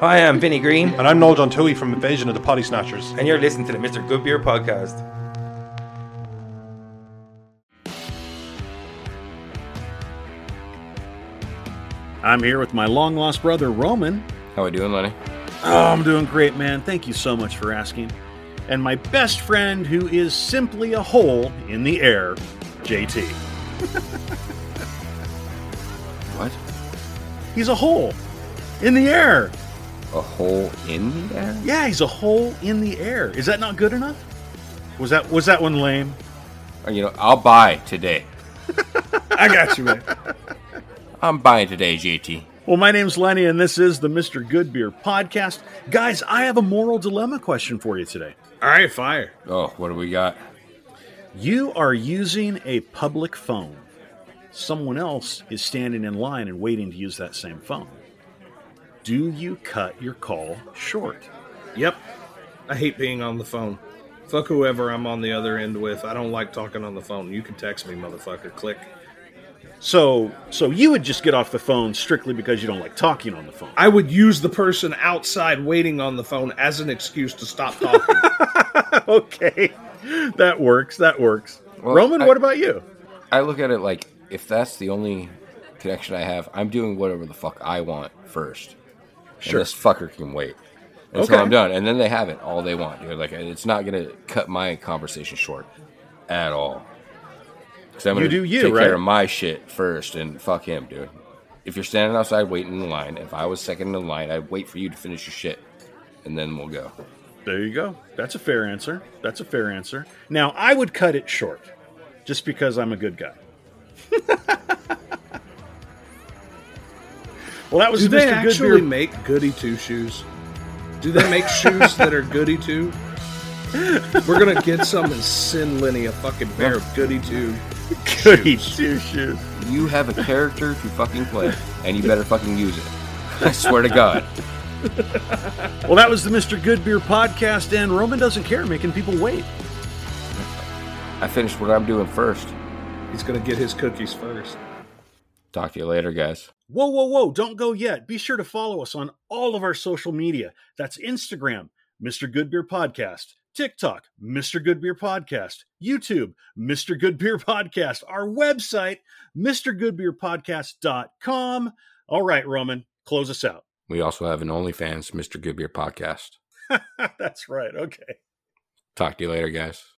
I am Vinny Green, And I'm Noel John Toohey from Invasion of the Potty Snatchers. and you're listening to the Mr. Goodbeer podcast. I'm here with my long lost brother Roman. How we doing, Lenny? Oh, I'm doing great, man. Thank you so much for asking. And my best friend, who is simply a hole in the air, JT. What? He's a hole in the air. A hole in the air? Yeah, he's a hole in the air. Is that not good enough? Was that was that one lame? Or, you know, I'll buy today. I got you, man. I'm buying today, JT. Well, my name's Lenny, and this is the Mr. Goodbeer podcast. Guys, I have a moral dilemma question for you today. All right, fire. Oh, what do we got? You are using a public phone. Someone else is standing in line and waiting to use that same phone. Do you cut your call short? Yep. I hate being on the phone. Fuck whoever I'm on the other end with. I don't like talking on the phone. You can text me, motherfucker. Click. So, so you would just get off the phone strictly because you don't like talking on the phone. I would use the person outside waiting on the phone as an excuse to stop talking. okay. That works. That works. Well, Roman, I- what about you? I look at it like if that's the only connection I have, I'm doing whatever the fuck I want first. Sure. And this fucker can wait until Okay. I'm done, and then they have it all they want, dude. Like it's not gonna cut my conversation short at all. 'Cause I'm You gonna do you, take right? care of my shit first, and fuck him, dude. If you're standing outside waiting in line, if I was second in line, I'd wait for you to finish your shit, and then we'll go. There you go. That's a fair answer. That's a fair answer. Now, I would cut it short just because I'm a good guy. well, that was Do they Mr. actually Goodbeer. make goody two shoes? Do they make shoes that are goody two? We're gonna get some and send Lenny a fucking pair of goody two. Goody two shoes. You have a character to fucking play, and you better fucking use it. I swear to God. Well, that was the Mr. Goodbeer podcast, and Roman doesn't care making people wait. I finished what I'm doing first. He's gonna get his cookies first. Talk to you later, guys. Whoa, whoa, whoa, don't go yet. Be sure to follow us on all of our social media. That's Instagram, Mr. Goodbeer Podcast, TikTok, Mr. Goodbeer Podcast, YouTube, Mr. Goodbeer Podcast, our website, MrGoodbeerPodcast.com. All right, Roman, close us out. We also have an OnlyFans Mr. Goodbeer podcast. That's right. Okay. Talk to you later, guys.